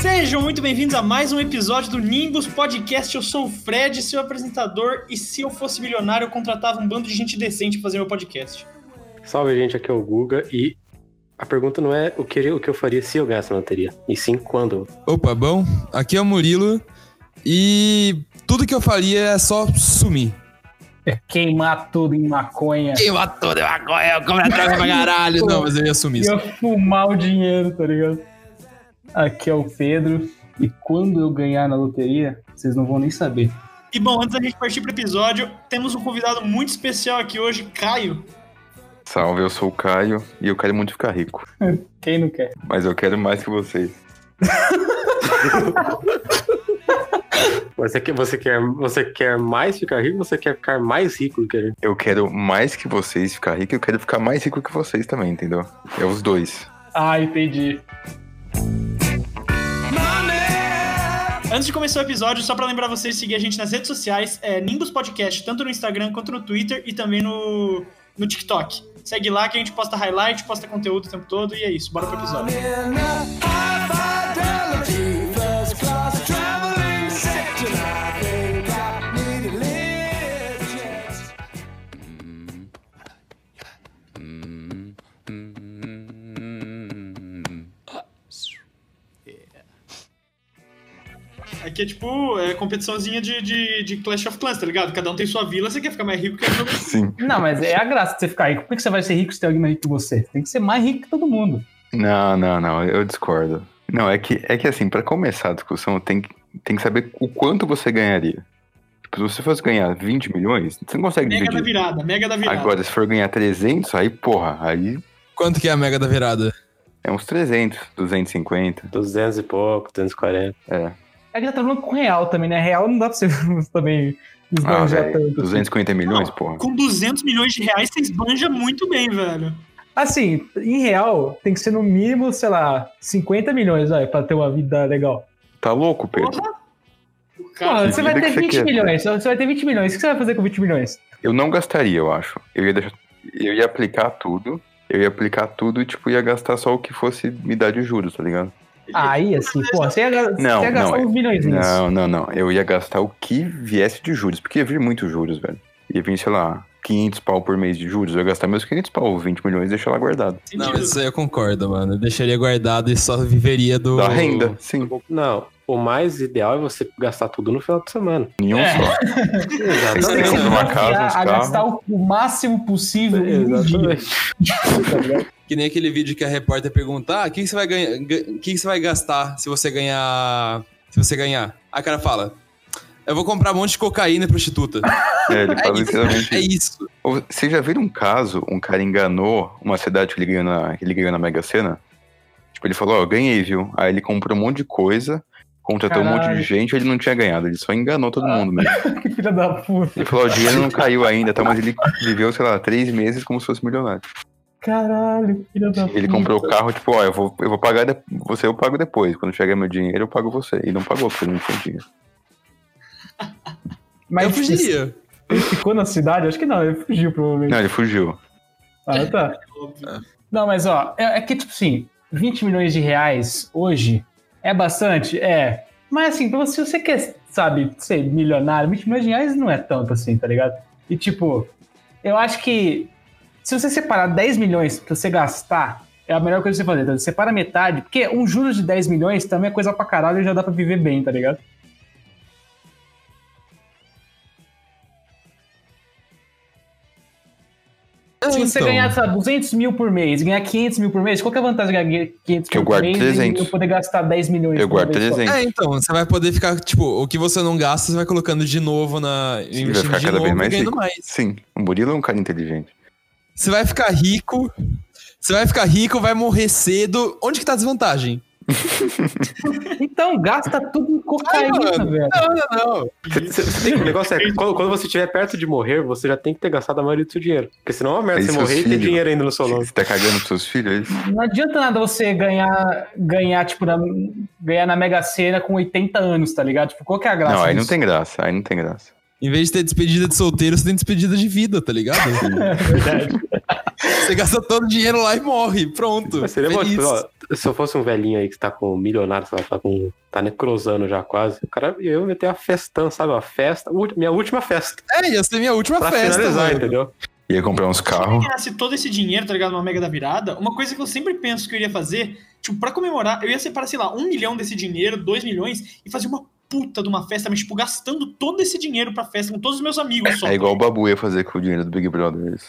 Sejam muito bem-vindos a mais um episódio do Nimbus Podcast. Eu sou o Fred, seu apresentador, e se eu fosse milionário, eu contratava um bando de gente decente pra fazer meu podcast. Salve, gente, aqui é o Guga e a pergunta não é o que, o que eu faria se eu ganhasse na loteria, e sim quando. Opa, bom? Aqui é o Murilo e tudo que eu faria é só sumir. Queimar tudo em maconha. Queimar tudo, eu agora eu como droga pra caralho. Não, mas eu ia sumir. E eu fumar o dinheiro, tá ligado? Aqui é o Pedro. E quando eu ganhar na loteria, vocês não vão nem saber. E bom, antes da gente partir pro episódio, temos um convidado muito especial aqui hoje, Caio. Salve, eu sou o Caio e eu quero muito ficar rico. Quem não quer? Mas eu quero mais que vocês. Você quer, você quer, você quer mais ficar rico, você quer ficar mais rico do que a gente. Eu quero mais que vocês ficar rico e eu quero ficar mais rico que vocês também, entendeu? É os dois. Ah, entendi. Antes de começar o episódio, só pra lembrar vocês de seguir a gente nas redes sociais, é Nimbus Podcast, tanto no Instagram quanto no Twitter e também no, no TikTok. Segue lá que a gente posta highlight, posta conteúdo o tempo todo e é isso. Bora pro episódio. Aqui é tipo é, competiçãozinha de, de, de Clash of Clans, tá ligado? Cada um tem sua vila, você quer ficar mais rico que o outro. Sim. Não, mas é a graça de você ficar rico. Por que que você vai ser rico se tem alguém mais rico que você? Você Tem que ser mais rico que todo mundo. Não, não, não, eu discordo. Não, é que, é que assim, pra começar a discussão, tem, que- tem que saber o quanto você ganharia. Tipo, se você fosse ganhar 20 milhões, você não consegue Mega da dividir. virada, mega da virada. Agora, se for ganhar 300, aí, porra, aí Quanto que é a mega da virada? é uns 300, 250. 200 e pouco, 240. É. É que tá falando com real também, né? Real não dá pra você também Ah, esbanjar velho, é tanto. assim. 250 milhões, Não. porra. Com 200 milhões de reais, vocês banjam muito bem, velho. Assim, em real, tem que ser no mínimo, sei lá, 50 milhões, vai, pra ter uma vida legal. Tá louco, Pedro? Porra! O Porra, cara, você vai vida ter que você 20 quer, milhões, você vai ter 20 milhões. O que você vai fazer com 20 milhões? Eu não gastaria, eu acho. Eu ia deixar- eu ia aplicar tudo. Eu ia aplicar tudo e, tipo, ia gastar só o que fosse me dar de juros, tá ligado? Aí, assim, pô, você ia, ga- você Não, ia gastar não, uns milhões nisso. Não, não, não. Eu ia gastar o que viesse de juros, porque ia vir muitos juros, velho. Ia vir, sei lá, 500 pau por mês de juros. Eu ia gastar meus 500 pau, 20 milhões e deixar lá guardado. sentido. Não, isso aí eu concordo, mano. Eu deixaria guardado e só viveria do. Da renda, sim. Não, o mais ideal é você gastar tudo no final de semana. Nenhum É. só. Você Não, tem que se não, uma desafiar casa, uns a carros. gastar o, o máximo possível em um dia. Exatamente. Que nem aquele vídeo que a repórter pergunta: ah, o que, que você vai ganhar? ga- O que, que você vai gastar se você ganhar. Se você ganhar? Aí o cara fala. Eu vou comprar um monte de cocaína e prostituta. É, ele fala literalmente É isso. isso. Ou- Vocês já viram um caso, um cara enganou uma cidade que ele ganhou na, que ele ganhou na Mega Sena? Tipo, ele falou, ó, ganhei, viu? Aí ele comprou um monte de coisa, contratou um monte Caralho. de gente, ele não tinha ganhado, ele só enganou todo mundo mesmo. Que filha da puta. Ele falou, ó, o dinheiro não caiu ainda, tá? Mas ele viveu, sei lá, três meses como se fosse milionário. Caralho, que filha da puta. Ele comprou o carro, tipo, ó, eu vou, eu vou pagar, de- você eu pago depois. Quando chegar meu dinheiro, eu pago você. E não pagou, porque ele não tinha dinheiro. Mas eu fugiria. Ele ficou na cidade? Acho que não, ele fugiu provavelmente. Não, ele fugiu. Ah, tá. Óbvio. Não, mas ó, é, é que tipo assim, 20 milhões de reais hoje é bastante? É. Mas assim, pra você, se você quer, sabe, ser milionário, 20 milhões de reais não é tanto assim, tá ligado? E tipo, eu acho que se você separar 10 milhões pra você gastar, é a melhor coisa que você fazer, tá? ligado? Separa metade, porque um juros de 10 milhões também é coisa pra caralho e já dá pra viver bem, tá ligado? É, Se você Então, ganhar, sabe, 200 mil por mês, ganhar 500 mil por mês, qual que é a vantagem de ganhar 500 Que eu mil por guardo mês 300. e eu poder gastar 10 milhões? Eu por guardo mês só? 300. É, então, você vai poder ficar, tipo, o que você não gasta, você vai colocando de novo na. Ele vai investindo ficar de cada novo vez e mais ganhando rico. mais. Sim, o Murilo é um cara inteligente. Você vai ficar rico. Você vai ficar rico, vai morrer cedo. Onde que tá a desvantagem? Então, gasta tudo em cocaína, Ah, mano. velho. Não, não, não. Você- você- você tem- o negócio é, quando, quando você estiver perto de morrer, você já tem que ter gastado a maioria do seu dinheiro. Porque senão é uma merda Aí você seus morrer e ter filhos- dinheiro ainda no seu nome. Você tá cagando pros seus filhos? é isso? Não adianta nada você ganhar, ganhar tipo, na, ganhar na Mega Sena com 80 anos, tá ligado? Tipo, qual que é a graça Não, aí não disso? tem graça, aí não tem graça. Em vez de ter despedida de solteiro, você tem despedida de vida, tá ligado? Verdade. você gasta todo o dinheiro lá e morre. Pronto. Mas seria bom, Feliz. tipo, ó, se eu fosse um velhinho aí que tá com um milionário, sei lá, tá, com, tá necrosando já quase, o cara, eu ia ter uma festão, sabe? Uma festa, ulti- minha última festa. É, ia ser minha última Pra festa. finalizar, mano. entendeu? Ia comprar uns eu carros. ganhasse todo esse dinheiro, tá ligado? Uma mega da virada, uma coisa que eu sempre penso que eu iria fazer, tipo, pra comemorar, eu ia separar, sei lá, um milhão desse dinheiro, dois milhões, e fazer uma puta de uma festa, mas, tipo, gastando todo esse dinheiro pra festa com todos os meus amigos só. É igual o Babu ia fazer com o dinheiro do Big Brother. é isso.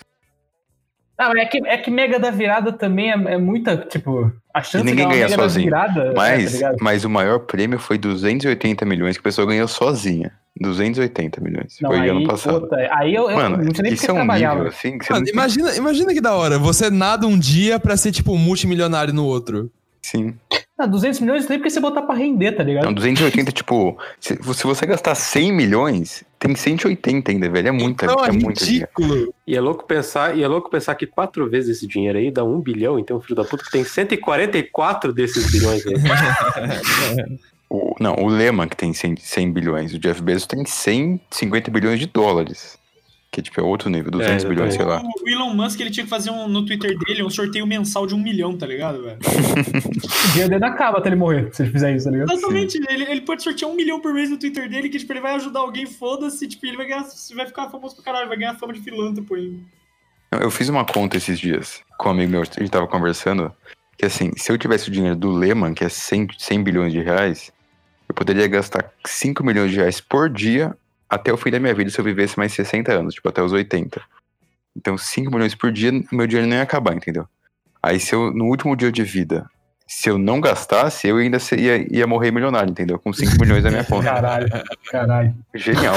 Não, é que, é que Mega da Virada também é, é muita, tipo, a chance ninguém de ganhar uma ganha Mega sozinho. da Virada. tá Mas, ligado? mas o maior prêmio foi 280 milhões que a pessoa ganhou sozinha. 280 milhões. Não, foi aí, tipo, ano passado. puta, aí eu, eu Mano, não sei nem isso porque é eu um trabalhava. nível assim que você Mano, não tem- imagina, imagina que da hora. Você nada um dia pra ser, tipo, um multimilionário no outro. Sim. Não, 200 milhões nem porque você botar pra render, tá ligado? assim. Não, 280, tipo, se, se você gastar 100 milhões, tem 180 ainda, velho. É muita, então, é é muito dinheiro. ridículo. E é louco pensar, e é louco pensar que quatro vezes esse dinheiro aí dá um bilhão, então o filho da puta que tem 144 desses bilhões aí. O- não, o Lehman que tem 100, 100 bilhões, o Jeff Bezos tem 150 bilhões de dólares. Que tipo, é outro nível, 200 exatamente. bilhões, sei lá. O Elon Musk, ele tinha que fazer um, no Twitter dele um sorteio mensal de um milhão, tá ligado, velho? Tipo, O dinheiro dele acaba até ele morrer, se ele fizer isso, tá ligado? Exatamente, ele, ele pode sortear um milhão por mês no Twitter dele, que tipo, ele vai ajudar alguém, foda-se, tipo, ele vai ganhar, vai ficar famoso pra caralho, vai ganhar fama de filântropo ainda. Não, Eu fiz uma conta esses dias com um amigo meu, a gente tava conversando, que assim, se eu tivesse o dinheiro do Lehman, que é 100, 100 bilhões de reais, eu poderia gastar 5 milhões de reais por dia até o fim da minha vida se eu vivesse mais 60 anos, tipo, até os 80. Então, 5 milhões por dia, meu dinheiro não ia acabar, entendeu? Aí, se eu, no último dia de vida, se eu não gastasse, eu ainda seria, ia morrer milionário, entendeu? Com 5 milhões na minha conta. Caralho, caralho. Genial.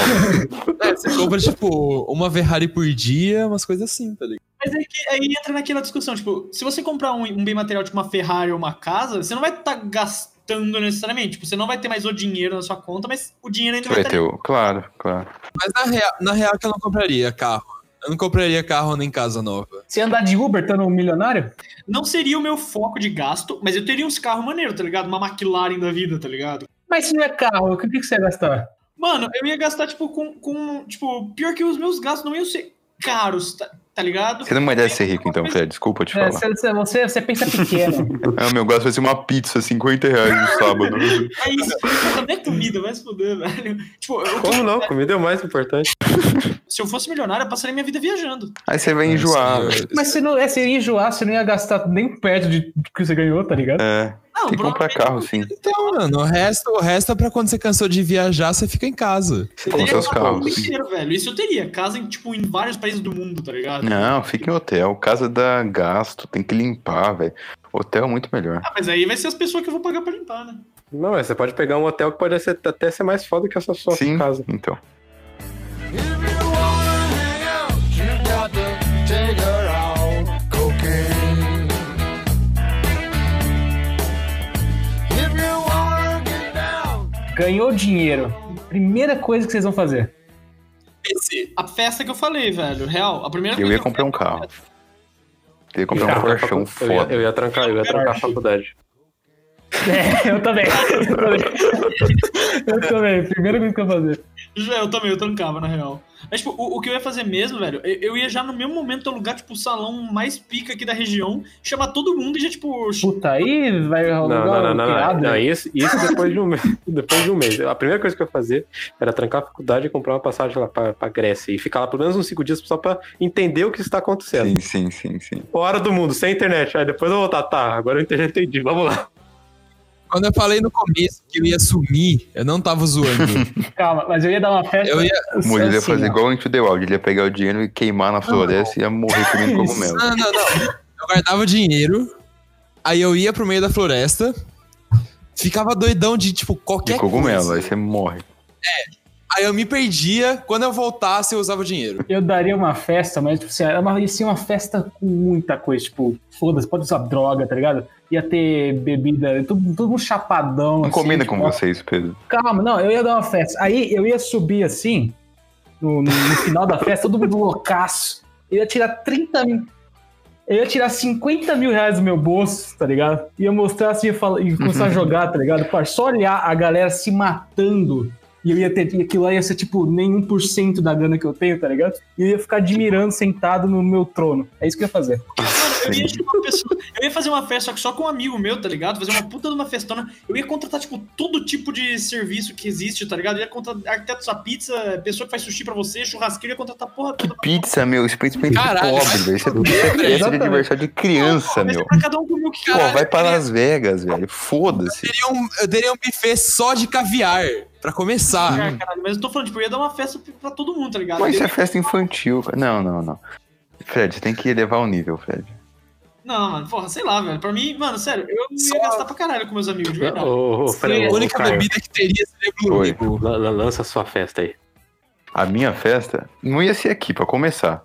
É, você compra, tipo, uma Ferrari por dia, umas coisas assim, tá ligado? Mas é que aí entra naquela discussão, tipo, se você comprar um, um bem material, tipo uma Ferrari ou uma casa, você não vai estar gastando necessariamente, tipo, você não vai ter mais o dinheiro na sua conta, mas o dinheiro ainda Você vai tá vai estar ter o... Claro, claro. Mas na real, na real que eu não compraria carro. Eu não compraria carro nem casa nova. Se andar de Uber, estando um milionário, Não seria o meu foco de gasto, mas eu teria uns carros maneiros, tá ligado? Uma McLaren da vida, tá ligado? mas se não é carro, o que, que você ia gastar? Mano, eu ia gastar, tipo, com. com tipo, pior que os meus gastos não iam ser caros, tá, tá ligado? Você não merece ser rico, então, Fred. Desculpa te É, falar. você, você- você, você pensa pequeno. Ah, meu gasto vai ser uma pizza, 50 reais no sábado. É isso, não é comida, vai se fuder, velho. Tipo, eu- Como não? Comida é o mais importante. se eu fosse milionário, eu passaria minha vida viajando. Aí você vai enjoar. Assim, mas se não, é, você ia enjoar, você não ia gastar nem perto de, do que você ganhou, tá ligado? É, Não, tem que comprar provavelmente- carro, sim. Então, mano, o resto, o resto é pra quando você cansou de viajar, você fica em casa. Com seus Eu teria um carros. mundo inteiro, velho. Isso eu teria. Casa em, tipo, em vários países do mundo, tá ligado? Não, fica em hotel. Casa dá gasto, tem que limpar, velho. Hotel é muito melhor. Ah, mas aí vai ser as pessoas que eu vou pagar pra limpar, né? Não, é, você pode pegar um hotel que pode ser- até ser mais foda que essa sua Sim, casa. então. É. Ganhou dinheiro. Primeira coisa que vocês vão fazer. PC. A festa que eu falei, velho. Real. A primeira Eu coisa ia que comprar um carro. Eu Eu ia ia comprar um trancar a Porschão facu- eu ia- Eu foda. ia trancar, eu ia trancar a faculdade. É, eu também. Eu também. Eu também. Primeira coisa que eu vou fazer. Já, eu também, eu trancava, na real. Mas, tipo, o, o que eu ia fazer mesmo, velho, eu, eu ia já no mesmo momento alugar, tipo, o salão mais pica aqui da região, chamar todo mundo e já, tipo, Puta, aí vai Não, rolar não, não, não. uma não, piada. né? não, isso, isso depois, de um mês, depois de um mês. A primeira coisa que eu ia fazer era trancar a faculdade e comprar uma passagem lá pra, pra Grécia e ficar lá pelo menos uns cinco dias só pra entender o que está acontecendo. Sim, sim, sim, sim. Hora do mundo, sem internet. Aí depois eu vou voltar. Tá, agora eu entendi, entendi. Vamos lá. Quando eu falei no começo que eu ia sumir, eu não tava zoando. Calma, mas eu ia dar uma festa. Eu ia. O é Murilo ia assim, fazer ó. igual o Into the Wild. Ele ia pegar o dinheiro e queimar na floresta e ia morrer comendo Isso. cogumelo. Não, não, não. Eu guardava dinheiro, aí eu ia pro meio da floresta, ficava doidão de, tipo, qualquer De cogumelo, coisa. aí você morre. Aí eu me perdia, quando eu voltasse, eu usava o dinheiro. Eu daria uma festa, mas tipo assim, era uma, ia ser uma festa com muita coisa, tipo, foda-se, pode usar droga, tá ligado? Ia ter bebida, todo, todo um chapadão. Não assim, combina tipo, com vocês, Pedro. Calma, não, eu ia dar uma festa. Aí eu ia subir assim, no, no- no final da festa, todo mundo loucaço. Eu ia tirar 30 mil. Eu ia tirar 50 mil reais do meu bolso, tá ligado? Ia mostrar assim ia falar- e começar a jogar, tá ligado? Pra só olhar a galera se matando E eu ia ter, e aquilo lá ia ser tipo nem 1% da grana que eu tenho, tá ligado? E eu ia ficar admirando sentado no meu trono. É isso que eu ia fazer. Eu ia, chamar uma pessoa- eu ia fazer uma festa só que- só com um amigo meu, tá ligado? Fazer uma puta de uma festona. Eu ia contratar, tipo, todo tipo de serviço que existe, tá ligado? Eu ia contratar arquiteto da pizza, pessoa que faz sushi pra você, churrasqueiro, eu ia contratar a porra toda. Pizza, meu, isso é pra pobre, Caralho. velho. Isso é festa de Exatamente. aniversário de criança, Mas é meu. pra cada um comer o que Pô, quer. Caralho, vai pra eu Las Vegas, velho. Foda-se. teria um, eu teria um buffet só de caviar, pra começar. Cara, caralho, Mas eu tô falando, tipo, eu ia dar uma festa pra todo mundo, tá ligado? Mas isso Eu- é festa infantil. cara. Não, não, não. Fred, tem que elevar o nível, Fred. Não, mano, porra, sei lá, velho. Pra mim, mano, sério, eu Só- ia gastar pra caralho com meus amigos, de verdade. Ô, ô, ô, peraí, é Sim, ô, A ô, única Caio, bebida que teria seria Blue Oi. Label. la- la- lança a sua festa aí. A minha festa não ia ser aqui, pra começar.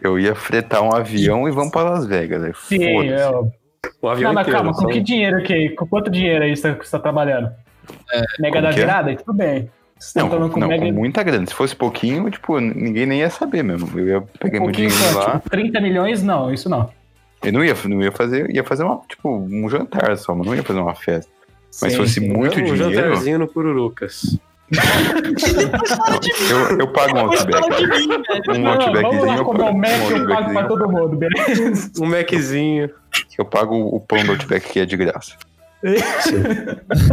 Eu ia fretar um avião e vamos pra Las Vegas, velho. Sim, é, Foda-se. eu. O avião Não, mas inteiro. assim. calma, só- um- com que dinheiro aqui? Com quanto dinheiro aí você está trabalhando? mega como da que é? virada? Tudo bem. Você Não, tá não, trabalhando com mega. com muita grana. Se fosse pouquinho, tipo, ninguém nem ia saber mesmo. Eu ia pegar meu pouquinho dinheiro só, lá. tipo, 30 milhões? Não, isso não. Eu não ia, não ia fazer, ia fazer uma, tipo, um jantar só, mas não ia fazer uma festa. Mas se Sim, fosse sim. é muito um dinheiro, jantarzinho no Pururucas. Mas fala de mim, eu, eu pago um mas fala outback. de mim, velho. Um Não, vamos outbackzinho, lá eu comer pago um um Mac que eu pago pra outbackzinho. todo mundo, beleza? Um Maczinho. Eu pago o pão do outback que é de graça.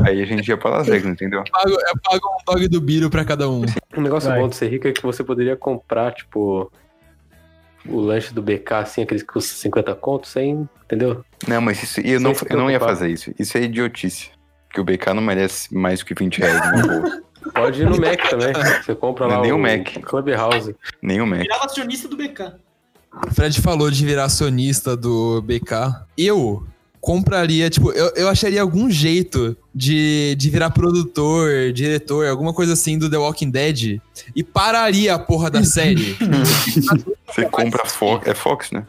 Aí a gente ia pra Las Vegas, entendeu? Eu pago, eu pago um dog do Biro pra cada um. Um negócio Vai. bom de ser rico é que você poderia comprar, tipo, o lanche do BK, assim, aqueles que custa 50 contos, sem, entendeu? Não, mas isso, eu, Sem não, se eu não ia preocupar. fazer isso. Isso é idiotice. Porque o BK não merece mais que 20 reais no meu bolso. Pode ir no Mac também. Você compra lá Nem o o um Mac. Clubhouse. Nem o Mac. Virava acionista do BK. O Fred falou de virar acionista do BK. Eu compraria, tipo, eu, eu acharia algum jeito de, de virar produtor, diretor, alguma coisa assim do The Walking Dead e pararia a porra da série. Você compra a Fox. É Fox, né?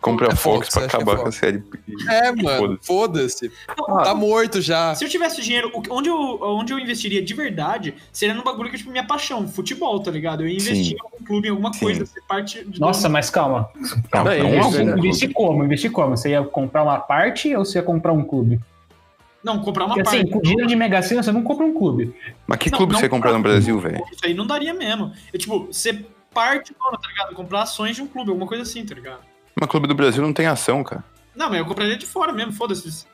Compra É a Fox, Fox pra acho que é acabar com a Fox. série. É, mano, foda-se. Ah, Tá morto já. Se eu tivesse dinheiro, o que- onde eu, onde eu investiria de verdade seria num bagulho que é tipo minha paixão, futebol, tá ligado? Eu ia investir Sim. em algum clube, em alguma Sim. coisa, ser parte de. um- Nossa, mas calma. Não, Não, não isso é algum verdade. um clube. Investir como? Investir como? Você ia comprar uma parte ou você ia comprar um clube? Não, comprar uma Porque assim, parte. com dinheiro de mega sena, você não compra um clube. Mas que Não, clube não você ia comprar no compra. Brasil, velho? Isso aí não daria mesmo. É tipo, ser parte, mano, tá ligado? Comprar ações de um clube, alguma coisa assim, tá ligado? Mas clube do Brasil não tem ação, cara. Não, mas eu compraria de fora mesmo, foda-se.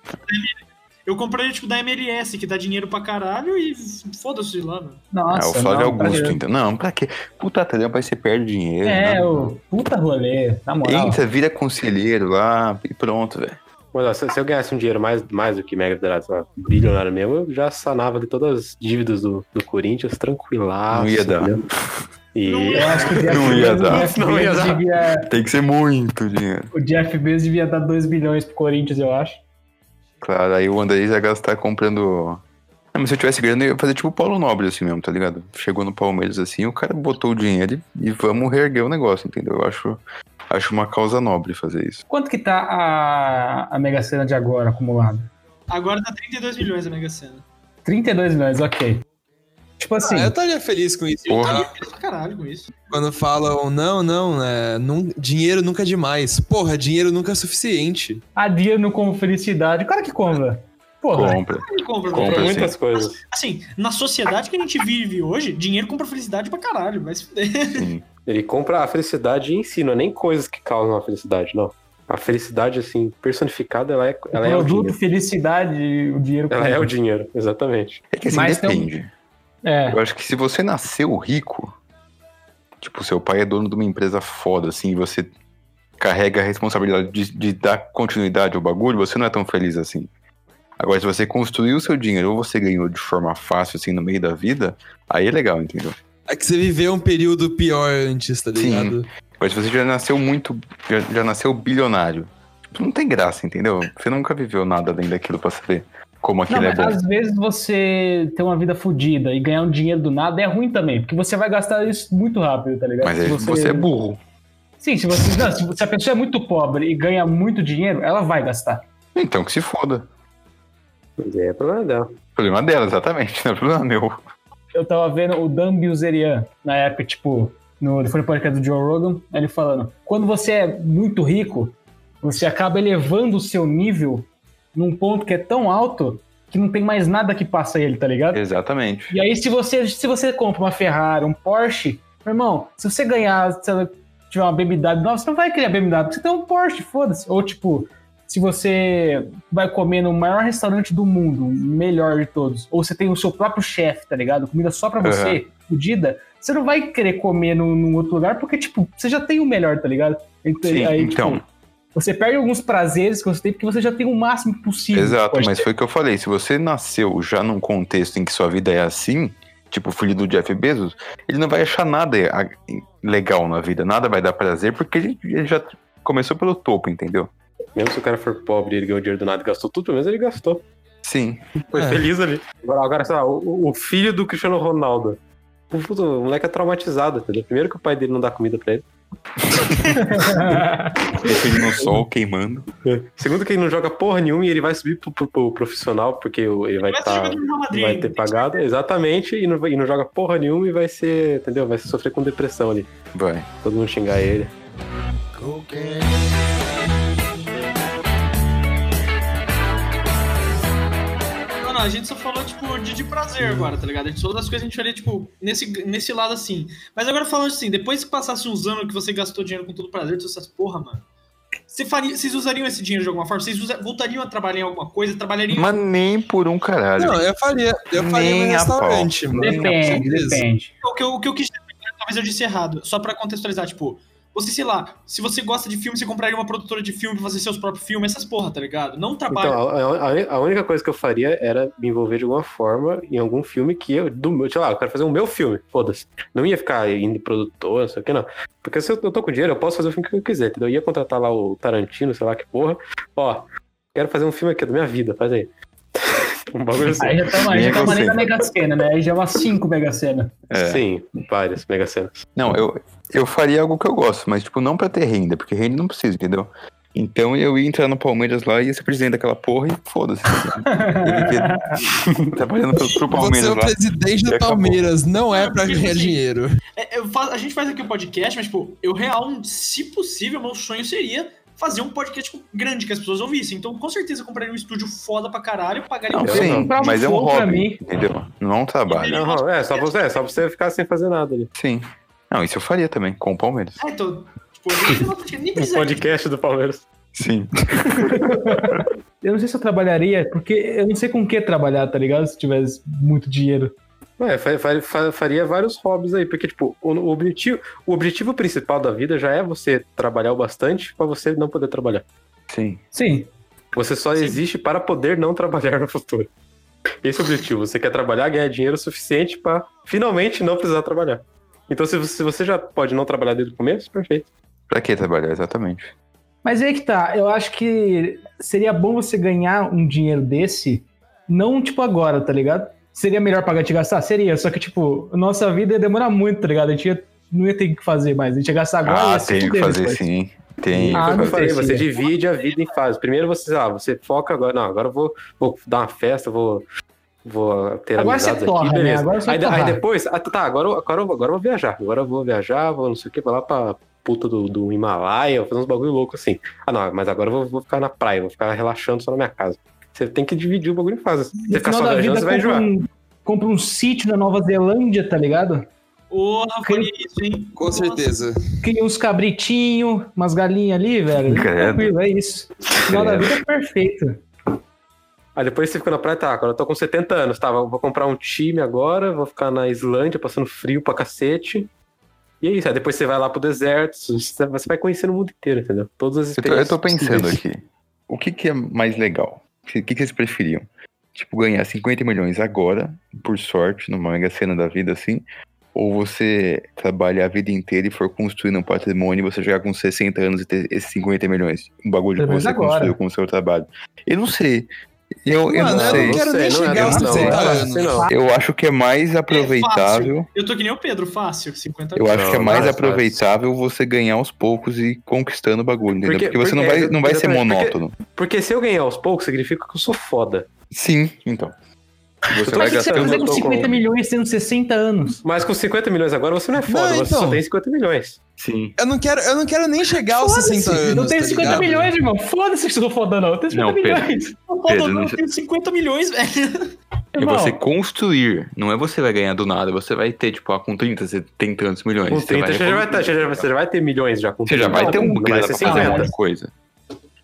Eu compraria, tipo, da MLS, que dá dinheiro pra caralho e foda-se lá, mano. Nossa, ah, o Flávio não, pra Augusto, quê? então. Não, pra quê? Puta tá trampa, aí você perde dinheiro. É, né? o puta rolê, na moral. Entra, vira conselheiro lá e pronto, velho. Mas ó, se, se eu ganhasse um dinheiro mais, mais do que Mega Dourado, sei lá, um bilionário mesmo, eu já sanava de todas as dívidas do, do Corinthians, tranquilaço. Não ia dar. entendeu? E... Não é. Eu acho que o Jeff Não ia Bezos- dar. o Jeff Não ia Bezos dar. devia- Tem que ser muito dinheiro. O Jeff Bezos devia dar 2 bilhões pro Corinthians, eu acho. Claro, aí o Andrés ia gastar comprando. Não, mas se eu tivesse grana, eu ia fazer tipo o Paulo Nobre, assim mesmo, tá ligado? Chegou no Palmeiras assim, o cara botou o dinheiro e, e vamos reerguer o negócio, entendeu? Eu acho, acho uma causa nobre fazer isso. Quanto que tá a, a Mega Sena de agora acumulada? Agora tá dá 32 milhões a Mega Sena. 32 milhões, ok. Tipo assim, Ah, é- eu estaria feliz com isso. Porra. tá? Eu tô caralho com isso. Quando falam, não, não, né? nun- dinheiro nunca é demais. Porra, dinheiro nunca é suficiente. adia não como felicidade. Cara que compra. Porra, Compra. Ele compra, Compra. Compra velho. muitas coisas. Assim, na sociedade que a gente vive hoje, dinheiro compra felicidade pra caralho, vai se fuder. Sim. Ele compra a felicidade em si, não é nem coisas que causam a felicidade, não. A felicidade, assim, personificada, ela é, ela é o produto, dinheiro. felicidade, o dinheiro Ela é o dinheiro, exatamente. É que assim, Mas tem um- depende. É, Eu acho que se você nasceu rico, tipo, seu pai é dono de uma empresa foda, assim, e você carrega a responsabilidade de, de dar continuidade ao bagulho, você não é tão feliz assim. Agora, se você construiu o seu dinheiro ou você ganhou de forma fácil, assim, no meio da vida, aí é legal, entendeu? É que você viveu um período pior antes, tá Sim. ligado? Agora, se você já nasceu muito, já, já nasceu bilionário, tipo, não tem graça, entendeu? Você nunca viveu nada além daquilo pra saber como não, aquilo é mas bom. às vezes você ter uma vida fodida e ganhar um dinheiro do nada é ruim também, porque você vai gastar isso muito rápido, tá ligado? Mas Se aí você é burro. Sim, se você. Não, se, se a pessoa é muito pobre e ganha muito dinheiro, ela vai gastar. Então que se foda. Mas é problema dela. Problema dela, exatamente, não é problema meu. Eu tava vendo o Dan Bilzerian na época, tipo, no, foi no podcast do Joe Rogan, ele falando: quando você é muito rico, você acaba elevando o seu nível num ponto que é tão alto que não tem mais nada que passa ele, tá ligado? Exatamente. E aí, se você, se você compra uma Ferrari, um Porsche, meu irmão, se você ganhar, se ela tiver uma BMW nova, você não vai criar BMW, porque você tem um Porsche, foda-se. Ou, tipo, se você vai comer no maior restaurante do mundo, o melhor de todos, ou você tem o seu próprio chefe, tá ligado? Comida só pra você, fodida, você não vai querer comer num, num outro lugar, porque, tipo, você já tem o melhor, tá ligado? Então, Sim, aí, então. tipo, você perde alguns prazeres que você tem, porque você já tem o máximo possível. Exato, Pode mas foi o que eu falei. Se você nasceu já num contexto em que sua vida é assim, tipo o filho do Jeff Bezos, ele não vai achar nada a- legal na vida, nada vai dar prazer, porque ele, ele já começou pelo topo, entendeu? Mesmo se o cara for pobre e ele ganhou dinheiro do nada e gastou tudo, pelo menos ele gastou. Sim. Foi É. feliz ali. Agora, agora sei lá, o, o filho do Cristiano Ronaldo. O, puto, o moleque é traumatizado, entendeu? Primeiro que o pai dele não dá comida pra ele. Depende no sol, queimando. Segundo que ele não joga porra nenhuma e ele vai subir pro, pro- pro profissional, porque o- ele vai Vai ser estar. jogador do Real Madrid. Vai ter ainda. pagado, exatamente, e não, vai- e não joga porra nenhuma e vai ser, entendeu? Vai sofrer com depressão ali. Vai. Todo mundo xingar ele. Não, não, a gente só falou, tipo, de, de prazer agora, tá ligado? A gente falou das coisas que a gente faria, tipo, nesse, nesse lado assim. Mas agora falando assim, depois que passasse uns anos que você gastou dinheiro com todo prazer, todas essas porra, mano. Você faria- vocês usariam esse dinheiro de alguma forma? Vocês usa- voltariam a trabalhar em alguma coisa? Trabalhariam Mas nem por um caralho. Não, eu faria, eu faria Nem no a restaurante, mano. é Depende, Beleza. depende. O que, eu, o que eu quis dizer, talvez eu disse errado, só pra contextualizar, tipo, você, sei lá, se você gosta de filme, você compraria uma produtora de filme pra fazer seus próprios filmes, essas porra, tá ligado? Não trabalha. Então, a, a- a única coisa que eu faria era me envolver de alguma forma em algum filme que eu, do meu, sei lá, eu quero fazer o meu filme, foda-se. Não ia ficar indo em produtor, não sei o que, não. Porque se eu, eu tô com dinheiro, eu posso fazer o filme que eu quiser, entendeu? Eu ia contratar lá o Tarantino, sei lá que porra. Ó, quero fazer um filme aqui da minha vida, faz aí. um bagulho assim. Aí já estamos aí Nem é já tamo você. ali na Mega Sena, né? Aí já é umas 5 Mega Sena. É. Sim, várias mega cenas. Não, eu, eu faria algo que eu gosto, mas tipo, não pra ter renda, porque renda não precisa, entendeu? Então eu ia entrar no Palmeiras lá e ia ser presidente daquela porra e foda-se. Ia viver Trabalhando pro, pro Você Palmeiras é o lá. presidente E do acabou. Palmeiras, não Ah, é pra tipo Porque, ganhar assim, dinheiro. É, eu fa- a gente faz aqui o podcast, mas, tipo, eu real, se possível, meu sonho seria fazer um podcast tipo, grande que as pessoas ouvissem. Então, com certeza, eu compraria um estúdio foda pra caralho, pagaria Não, um Eu sim, não. mas é um Comprar um fogo pra hobby, mim. entendeu? Não um trabalho. Não, é, só pra você, é, só pra você ficar sem fazer nada ali. Sim. Não, isso eu faria também, com o Palmeiras. Ah, então, tipo, eu nem- nem Um precisaria. podcast do Palmeiras. Sim. Eu não sei se eu trabalharia, porque eu não sei com o que trabalhar, tá ligado? Se tivesse muito dinheiro. É, fa- fa- fa- faria vários hobbies aí, porque, tipo, o, o objetivo, o objetivo principal da vida já é você trabalhar o bastante pra você não poder trabalhar. Sim. Sim. Você só existe para poder não trabalhar no futuro. Esse é o objetivo. Você quer trabalhar, ganhar dinheiro suficiente pra finalmente não precisar trabalhar. Então, se você, se você já pode não trabalhar desde o começo, perfeito. Pra que trabalhar, exatamente? Mas aí que tá, eu acho que seria bom você ganhar um dinheiro desse, não tipo agora, tá ligado? Seria melhor pagar te gastar? Seria, só que tipo, nossa vida ia demorar muito, tá ligado? A gente ia- não ia ter o que fazer mais, a gente ia gastar agora. Ah, ia se tem o que fuder fazer é depois. sim. Tem Foi o Ah, o que que eu não fazer. falei, sei se você é. divide a vida em fases. Primeiro você, ah, você foca agora. Não, agora eu vou, vou dar uma festa, vou, vou ter Agora você amizades torra, aqui, né? beleza. Agora você aí, de- torra. aí depois, ah, tá, agora, eu- agora, eu- agora eu vou viajar. Agora eu vou viajar, vou não sei o que, vou lá pra puta do, do Himalaia, vou fazer uns bagulho louco assim. Ah, não, mas agora eu vou, vou ficar na praia, vou ficar relaxando só na minha casa. Você tem que dividir o bagulho em fases. No Você ficar final só da viajando, vida, você vai compra enjoar. um, compra um sítio na Nova Zelândia, tá ligado? Porra, faria isso, hein? Com Nossa. certeza. Cria uns cabritinhos, umas galinhas ali, velho. Credo. Tranquilo, é isso. O final da Credo. vida é perfeito. Aí depois você fica na praia, tá, agora eu tô com 70 anos, tá, vou vou comprar um time agora, vou ficar na Islândia passando frio pra cacete. E é isso, aí depois você vai lá pro deserto, você você vai conhecendo o mundo inteiro, entendeu? Todas as Eu tô, eu experiências. tô pensando possíveis. aqui. O que, que é mais legal? O que, que vocês preferiam? Tipo, ganhar 50 milhões agora, por sorte, numa mega cena da vida assim? Ou você trabalha a vida inteira e for construindo um patrimônio e você chegar com 60 anos e ter esses 50 milhões? Um bagulho Pelo que menos você agora. construiu com o seu trabalho. Eu não sei. Eu, eu Mano, não eu sei. Ah, não quero nem não é chegar aos não, 60 não, anos. sei não. Eu acho que é mais aproveitável. Eu tô que nem o Pedro, fácil, 50 Eu acho Não, que é mais mas- aproveitável você ganhar aos poucos e ir conquistando o bagulho, entendeu? Porque- Porque, você não porque- vai, não vai ser exatamente, porque- monótono. Porque se eu ganhar aos poucos, significa que eu sou foda. Sim, então. Você tô vai Mas o que você vai gastando. fazer eu com tô 50 com- milhões tendo 60 anos? Mas com 50 milhões agora você não é foda, você então. só tem 50 milhões. Sim. Eu não quero, eu não quero nem chegar aos 60 anos. eu tenho tá 50 ligado? milhões, irmão. Foda-se que eu tô fodando, não. Eu tenho 50 Não, Pedro. milhões. O Paulo Pedro, Dogão não- tem 50 milhões, velho. É Irmão, você construir. Não é você vai ganhar do nada. Você vai ter, tipo, ah, com 30, você tem tantos milhões. Com 30 você já, vai, tá- evoluindo. você, já, você já vai ter milhões já com Você já 30. vai ter um Não vai grana ser pra fazer um monte 50. de coisa.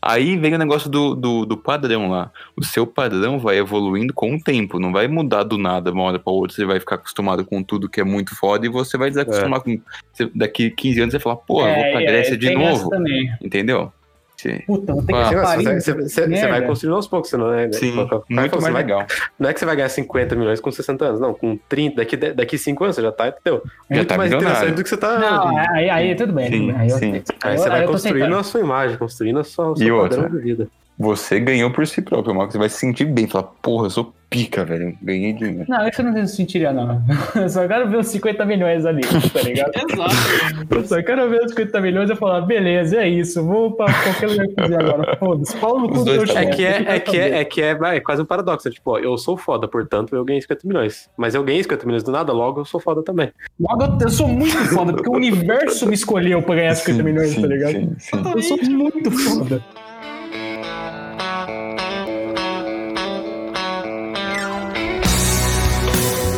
Aí vem o negócio do, do, do padrão lá. O seu padrão vai evoluindo com o tempo, não vai mudar do nada uma hora pra outra. Você vai ficar acostumado com tudo que é muito foda e você vai É. desacostumar com. você- daqui 15 anos você vai falar, pô, eu vou pra Grécia de É, tem essa novo. também. Entendeu? Sim. Puta, vou ter Ah, que ir Você- pra Paris. é você- Você você vai merda. construindo aos poucos, senão é. Sim, Vai- muito você mais vai- legal. Não é que você vai ganhar 50 milhões com 60 anos, não. Com 30, daqui, de- daqui 5 anos você já tá, entendeu? Já muito tá mais milionário. interessante do que você tá. Não, aí, aí tudo bem. Sim, tudo bem. aí, eu- sim. Aí eu- você eu vai tô construindo aceitando. a sua imagem, construindo a sua, o E seu padrão outra? de vida. Você ganhou por si próprio, é Marcos. Você vai se sentir bem. Falar, porra, eu sou pica, velho. Ganhei dinheiro. Não, isso eu não sentiria, não. Eu só quero ver os 50 milhões ali, tá ligado? Exato. Eu só quero ver os 50 milhões e falar, beleza, é isso, vou pra qualquer lugar que quiser agora. Foda-se, pau no Os cu do dois meu tá É chefe, que é, o é, vai que é, fazer? é que é, vai, é quase um paradoxo. é Tipo, ó, eu sou foda, portanto eu ganhei 50 milhões. Mas eu ganhei 50 milhões do nada, logo eu sou foda também. Logo, eu- eu sou muito foda, porque o universo me escolheu pra ganhar 50 É, milhões, tá ligado? Sim, sim. Eu sou muito foda.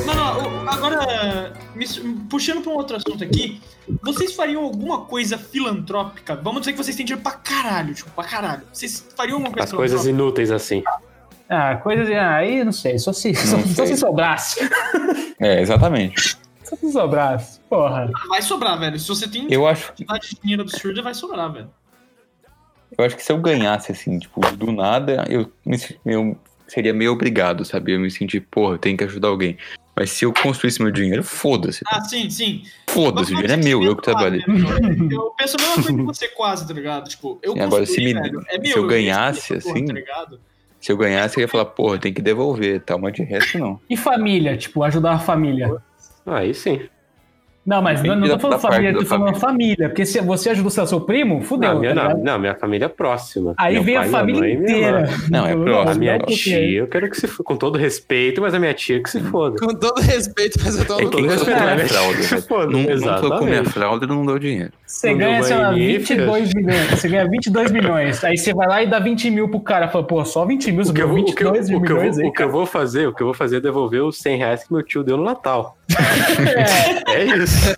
Mano, ó, o- agora, me su- puxando pra um outro assunto aqui, vocês fariam alguma coisa filantrópica? Vamos dizer que vocês têm dinheiro pra caralho, tipo, pra caralho. Vocês fariam alguma coisa As coisas inúteis assim. Ah, coisas. Ah, aí não sei, só se, só, Não só sei. se sobrasse. É, exatamente. Só se sobrasse. Porra. Vai sobrar, velho. Se você tem Eu acho, quantidade de dinheiro absurda, vai sobrar, velho. eu acho que se eu ganhasse, assim, tipo, do nada, eu, me se- eu seria meio obrigado, sabe? Eu me senti, porra, eu tenho que ajudar alguém. Mas se eu construísse meu dinheiro, foda-se. Ah, sim, sim. Foda-se, o dinheiro é meu, eu que trabalhei. né, Eu penso a mesma coisa que você quase, tá ligado? Tipo, eu Sim, agora, construí, se me- velho, é se meu, eu ganhei ganhasse, essa porra, assim, tá ligado? Se eu ganhasse, eu ia falar, porra, tem que devolver, tal, mas de resto não. E família, tipo, ajudar a família. Aí sim. Não, mas Bem não, não da- tô falando da parte família, da tô falando família. Porque se você ajudou seu, seu primo, fudeu. não, minha, tá não, ligado? não, minha família é próxima. Aí Meu vem pai, a minha família mãe e minha inteira. irmã. Não, é próximo, A minha Nossa, tia, eu quero que se f- com todo respeito, mas a minha tia que se foda. Com todo respeito, mas eu tô É quem todo colocou respeito, minha né? fralda, Se velho. foda, Não, não colocou minha exatamente. fralda, não deu dinheiro. Você Não ganha, deu sei lá, magnífico. 22 milhões. Você ganha 22 milhões. Aí você vai lá e dá 20 mil pro cara. Fala, pô, só 20 mil, você O que, eu ganhou vou, o, que eu, 22 o, que eu milhões vou, aí. o que eu vou fazer, o que eu vou fazer é devolver os 100 reais que meu tio deu no Natal. É isso.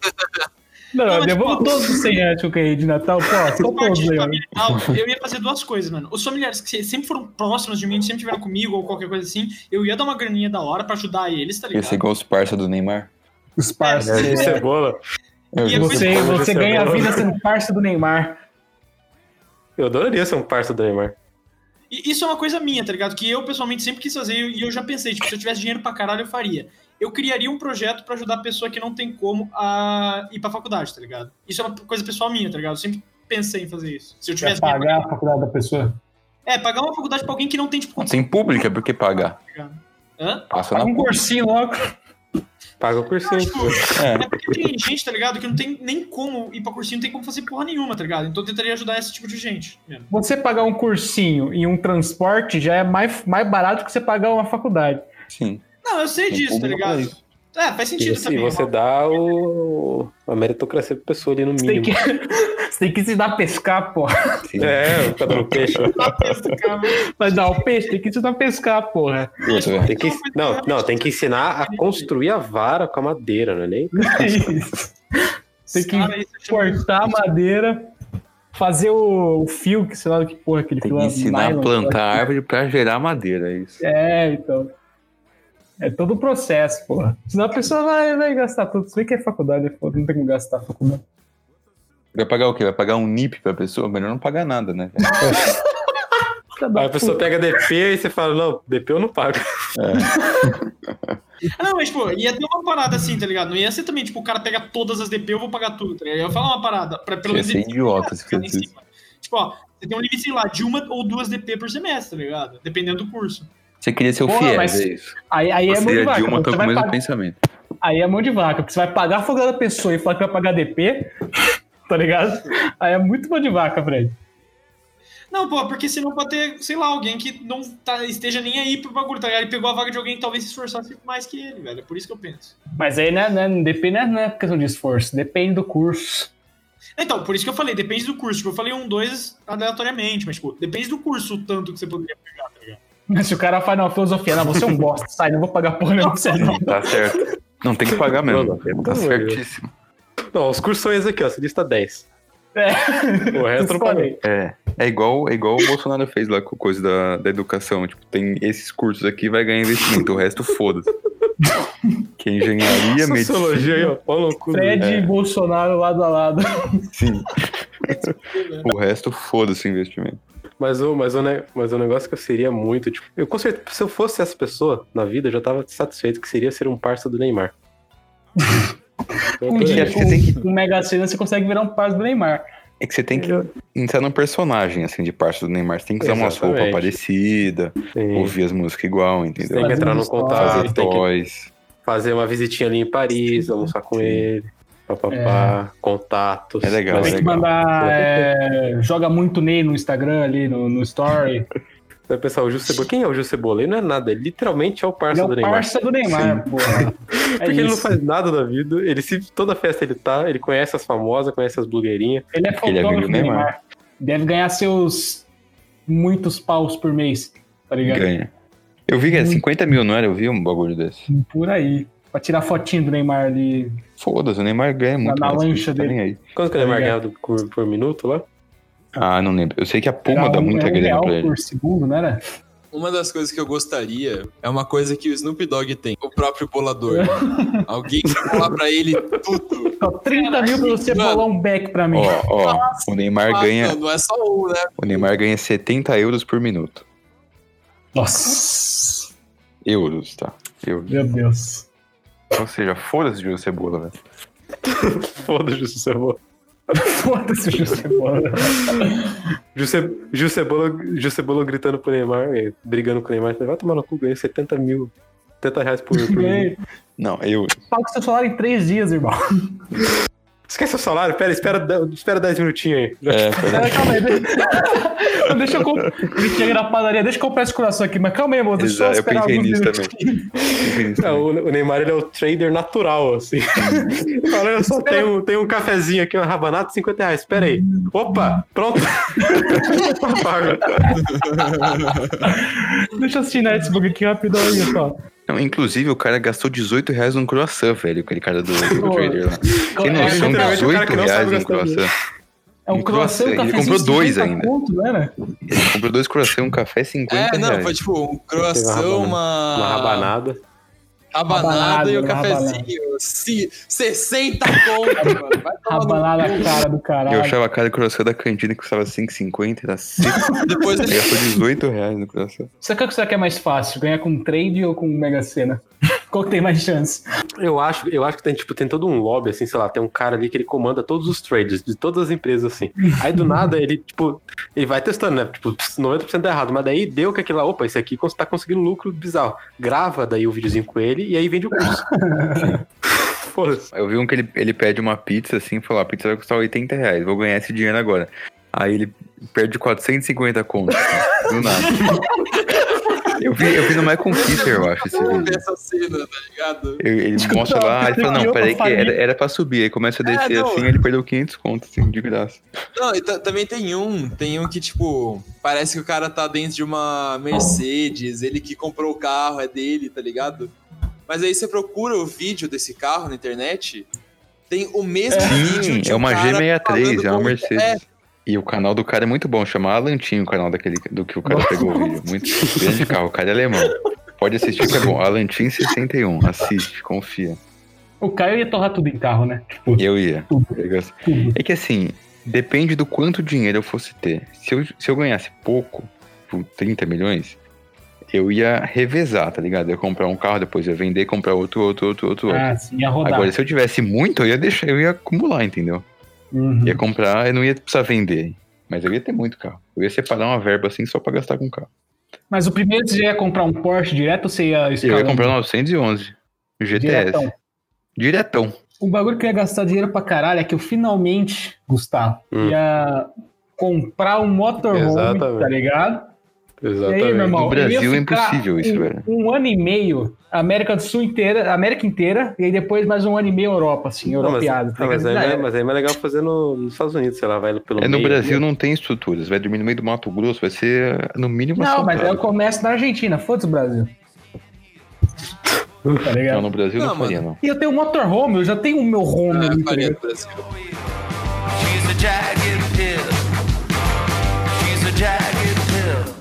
Não, Não, não mas, pô, devolvo todos os 100 reais que eu ganhei de Natal. Pô, Essa só parte todos de aí. ó. família e tal, eu ia fazer duas coisas, mano. Os familiares que sempre foram próximos de mim, sempre tiveram comigo ou qualquer coisa assim, eu ia dar uma graninha da hora pra ajudar eles, tá Ia ser ligado? igual os parça do Neymar. Os É de parceiros. cebola. Eu E a juro. Você, Como você É, você ganha a falou. vida sendo parça do Neymar. Eu adoraria ser um parça do Neymar. E isso é uma coisa minha, tá ligado? Que eu pessoalmente sempre quis fazer e eu já pensei, tipo, se eu tivesse dinheiro pra caralho, eu faria. Eu criaria um projeto pra ajudar a pessoa que não tem como a ir pra faculdade, tá ligado? Isso é uma coisa pessoal minha, tá ligado? Eu sempre pensei em fazer isso. Se eu Pra É, tivesse dinheiro. pagar a faculdade da pessoa. É, pagar uma faculdade pra alguém que não tem, tipo, condição, Sem pública, por que pagar? tá ligado? Hã? Passa na Paga um pública. cursinho logo. Paga o Não, cursinho. tipo, É. É porque tem gente, tá ligado? Que não tem nem como ir pra cursinho, não tem como fazer porra nenhuma, tá ligado? Então eu tentaria ajudar esse tipo de gente mesmo. Você pagar um cursinho e um transporte já é mais, mais barato que você pagar uma faculdade. Sim. Não, eu sei Tem disso, tá público pra ligado? isso. É, faz sentido E se também. Assim, você dá o... a meritocracia pra pessoa ali no Você tem mínimo. que, você tem que se dar a pescar, pô. sim. É, o cara do peixe. tá- Vai dar o peixe, tem que se dar a pescar, porra. Puta, velho. Tem que... Não, não, tem que ensinar a construir a vara com a madeira, não é nem? É isso. Tem que é Cortar a madeira, fazer o, o fio, que sei lá que porra, aquele Tem fio que é ensinar nylon, a plantar árvore pra gerar madeira, é isso. É, então. É todo o processo, porra. Senão a pessoa vai, vai gastar tudo. Se bem que é faculdade, pô, não tem como gastar a faculdade. Vai pagar o quê? Vai pagar um NIP pra pessoa? Melhor não pagar nada, né? velho? Filha da Aí a pessoa pega DP e você fala, não, DP eu não pago. Ah, não, mas, tipo, ia ter uma parada assim, tá ligado? Não ia ser também, tipo, o cara pega todas as DP, eu vou pagar tudo, tá ligado? Eu ia falar uma parada, pra, pelo Ia menos... ser eles- idiota se ficar lá em fosse isso. cima. Tipo, ó, você tem um limite, sei lá, de uma ou duas DP por semestre, tá ligado? Dependendo do curso. Você queria ser o Porra, Fies, mas- é isso. Aí, aí é mão Você de e a vaca. Dilma Você estão com o vai mesmo pagar- pensamento. aí é mão de vaca, porque você vai pagar a faculdade da pessoa e falar que vai pagar DP, tá ligado? Aí é muito mão de vaca, Fred. Não, pô, porque senão pode ter, sei lá, alguém que não tá- esteja nem aí pro bagulho, tá ligado? Ele pegou a vaga de alguém que talvez se esforçasse mais que ele, velho. É por isso que eu penso. Mas aí né, né, não depende, né, não é questão de esforço, depende do curso. Então, por isso que eu falei, depende do curso. Tipo, eu falei um, dois aleatoriamente, mas, tipo, depende do curso o tanto que você poderia pegar, tá ligado? Mas se o cara faz uma filosofia, não, você é um bosta, sai, não vou pagar porra nenhuma pra você é não. Tá certo. Não tem que pagar mesmo. Tá Pelo amor de Deus. certíssimo. Não, os cursos são esses aqui, ó. Você lista 10. É. O resto eu não pago. Escolhe. É. É igual, é igual o Bolsonaro fez lá com a coisa da, da educação. Tipo, tem esses cursos aqui, vai ganhar investimento. O resto, foda-se. Que é engenharia, Sociologia aí, medicina. ó. Pau no cu. Fred É. e Bolsonaro lado a lado. Sim. O resto, foda-se o investimento. Mas o, mas, o, ne- mas o negócio é que eu seria muito, tipo, eu com certeza, se eu fosse essa pessoa na vida, eu já tava satisfeito que seria ser um parça do Neymar. Um Eu tô- dia acho que É, tem com um Mega Sena você consegue virar um par do Neymar. É que você tem que entrar num personagem, assim, de parte do Neymar. Você tem que usar umas Exatamente. roupas parecidas, Sim. ouvir as músicas igual, Tem entendeu? que Fazer entrar um no story. contato, Fazer tem que toys. fazer uma visitinha ali em Paris, almoçar com Sim. ele, papapá, contatos. É legal, Mas é Tem que legal. mandar. é, joga muito Ney no Instagram ali, no, no Story. Você vai pensar, o Gil Cebola, quem é o Gil Cebola? Ele não é nada, ele literalmente é o parça Ele é do o Neymar. parça do Neymar, porra. É Porque ele não isso. faz nada da vida, ele se toda festa ele tá, ele conhece as famosas, conhece as blogueirinhas. Ele é Ele é fotógrafo amigo do do Neymar. Neymar. Deve ganhar seus muitos paus por mês, tá ligado? Ganha. Eu vi que é 50 mil, não era? Eu vi um bagulho desse. Por aí. Pra tirar fotinho do Neymar ali. Foda-se, o Neymar ganha muito. na mais, lancha tá nem dele. aí. Quanto que o Neymar Tá ganhava do- por, por minuto lá? Ah, não lembro. Eu sei que a Era Puma dá um- era muita um grana real pra ele. por segundo, né, não era? Uma das coisas que eu gostaria é uma coisa que o Snoop Dogg tem, o próprio bolador. Alguém que bolar pra ele tudo. Só 30 mil pra você Mano. bolar um back pra mim. Ó, ó, o Neymar Ah, ganha, Não, não é só um, né? o Neymar ganha 70 euros por minuto. Nossa. Euros, tá? Euros. Meu Deus. Ou seja, foda-se de cebola, velho. Foda-se, Gil Cebola. Foda-se o José Bola. Gil Ce- Gil Cebola, Gil Cebola gritando pro Neymar, eh, brigando com o Neymar, vai tomar no cu, ganhei 70 mil, 70 reais por, por minuto. Ganhei. Não, euros. Paga seu salário em três dias, irmão. Esquece o salário, pera, espera, dez- espera 10 minutinhos aí. É, pera- Cara, calma aí. deixa- Deixa eu comprar. Ele chega na padaria, deixa eu comprar esse coração aqui, mas calma aí, moço. Deixa eu Exato, só eu esperar pensei alguns nisso minutos. também. Pensei nisso Não, também. o o Neymar ele é o trader natural, assim. Fala, eu só tenho, um- tenho um cafezinho aqui, uma rabanada, 50 reais. Pera aí. Opa, pronto. Tá pago. Deixa eu assinar esse bug aqui rapidão aí, só. Não, inclusive, o cara gastou 18 reais num croissant, velho. Aquele cara do, do Pô, trader lá. Tem é, noção, literalmente o 18 cara que não sabe reais num gastar croissant. É um croissant, um croissant, um ele cafezinho comprou dois 50 ainda. Conto, né, não era? Ele comprou dois croissants, um café, 50 É, não, reais. foi tipo um Teve croissant, uma uma... Uma rabanada. rabanada Rabanada, e o uma cafezinho. Se... 60 conto, mano. Vai tomar Rabanada a cara do Eu caralho. achava a cara de croissant da cantina que custava 5,50, era 6. no... Depois Ele ele... gastou 18 reais no croissant. Você quer que você quer mais fácil? Ganhar com trade ou com Mega Sena? Qual que tem mais chance? Eu acho, eu acho que tem, tipo, tem todo um lobby, assim, sei lá, tem um cara ali que ele comanda todos os traders de todas as empresas, assim. Aí do nada ele, tipo, ele vai testando, né? Tipo, 90% tá errado, mas daí deu que aquilo lá, opa, esse aqui cons- tá conseguindo lucro bizarro. Grava daí o videozinho com ele e aí vende o curso. Foda-se. Eu vi um que ele, ele pede uma pizza assim e falou: a pizza vai custar 80 reais, vou ganhar esse dinheiro agora. Aí ele perde 450 contas. assim, Do nada. Eu vi, eu vi no Michael Fisher, eu acho, esse vídeo. essa cena, tá ligado? Eu- Ele Desculpa, mostra lá, ele fala, não, eu peraí que é, falei. era, era pra subir. Aí começa a É, descer não. assim, ele perdeu 500 contas, assim, de graça. Não, e ta- também tem um, tem um que, tipo, parece que o cara tá dentro de uma Mercedes, ele que comprou o carro, é dele, tá ligado? Mas aí você procura o vídeo desse carro na internet, tem o mesmo vídeo Sim, de é um uma cara G63, falando é uma com- Mercedes. É, E o canal do cara é muito bom, chama Alantinho o canal daquele, do que o cara pegou o vídeo. Muito grande carro, o cara é alemão. Pode assistir que é bom. Alantinho 61, assiste, confia. O Caio ia torrar tudo em carro, né? Tipo, Eu ia. tudo, Eu gosto. tudo. É que assim, depende do quanto dinheiro eu fosse ter. Se eu, se eu ganhasse pouco, tipo 30 milhões, eu ia revezar, tá ligado? Eu ia comprar um carro, depois eu ia vender, comprar outro, outro, outro, outro. outro. Ah, sim, ia rodar. Agora, se eu tivesse muito, eu ia deixar, eu ia acumular, entendeu? Uhum. Ia comprar, eu não ia precisar vender. Mas eu ia ter muito carro. Eu ia separar uma verba assim só pra gastar com carro. Mas o primeiro você ia comprar um Porsche direto ou você ia Eu ia escalando? comprar 911 GTS. Diretão. Diretão. Um O bagulho que eu ia gastar dinheiro pra caralho é que eu finalmente, Gustavo, Hum. ia comprar um motorhome, Exatamente. tá ligado? Exatamente. E aí, meu irmão, No Brasil eu ia é ficar impossível isso, um, velho. Um ano e meio, América do Sul inteira, América inteira, e aí depois mais um ano e meio Europa, assim, Não, mas, europeado. tá não, mas aí, ligado? é- mas aí é mais legal fazer no, nos Estados Unidos, sei lá, vai pelo É, no meio. Brasil não tem estruturas. Vai dormir no meio do Mato Grosso, vai ser no mínimo assim, Não, mas aí eu assaltado. começo na Argentina, foda-se o Brasil. Tá Não, ligado? no Brasil não, Não, faria, não. E eu tenho um motorhome, eu já tenho o meu né, home Ah, ali, tá ligado? assim. She's a jagged pill. She's a jagged pill.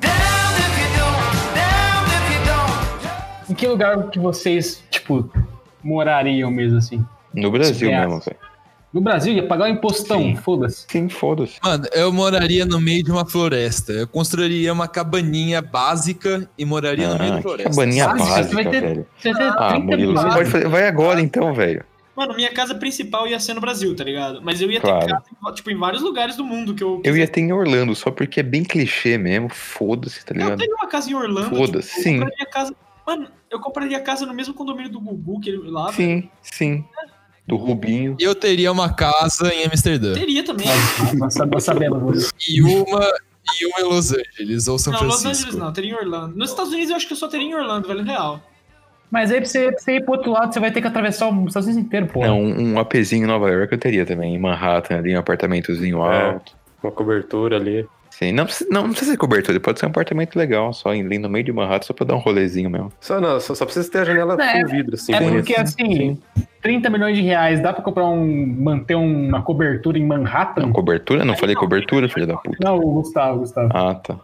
Damned if you do, damned if you don't. Em que lugar que vocês, tipo, morariam mesmo assim? No Brasil É. mesmo, velho. No Brasil, ia pagar um impostão, Sim. foda-se. Sim, foda-se. Mano, eu moraria no meio de uma floresta. Eu construiria uma cabaninha básica e moraria no meio Ah, da que floresta. cabaninha Sabe, você vai básica, ter- velho. Você tem Ah, 30 Murilo, você pilares. pode fazer. Vai agora então, velho. Mano, minha casa principal ia ser no Brasil, tá ligado? Mas eu ia Claro. ter casa em- tipo, em vários lugares do mundo que eu. Eu quisesse. ia ter em Orlando, só porque é bem clichê mesmo. Foda-se, tá Eu ligado? teria uma casa em Orlando. Foda-se, tipo, eu sim. compraria casa- Mano, eu compraria casa no mesmo condomínio do Gugu que ele lá. velho. Sim, sim. Do Rubinho. Eu teria uma casa em Amsterdã. Teria também. Nós sab- nós sabemos você. E uma, e uma em Los Angeles ou São não, Los Angeles Francisco. não, teria em Orlando. Nos Estados Unidos eu acho que eu só teria em Orlando, velho, real. Mas aí pra você, pra você ir pro outro lado, você vai ter que atravessar os Estados Unidos inteiro, pô. Não, um APzinho em Nova York eu teria também. Em Manhattan, ali, um apartamentozinho É. alto. Uma cobertura ali. Sim, não, precisa- não, não precisa ser cobertura, pode ser um apartamento legal, só ali no meio de Manhattan, só pra dar um rolezinho mesmo. Só, não, só, só precisa ter a janela Não, é- com vidro, assim. É bonito. porque assim, 30 milhões de reais, dá pra comprar um. manter um- uma cobertura em Manhattan? Não, cobertura? Não falei cobertura, filho da puta. Não, Gustavo, Gustavo. Ah, tá.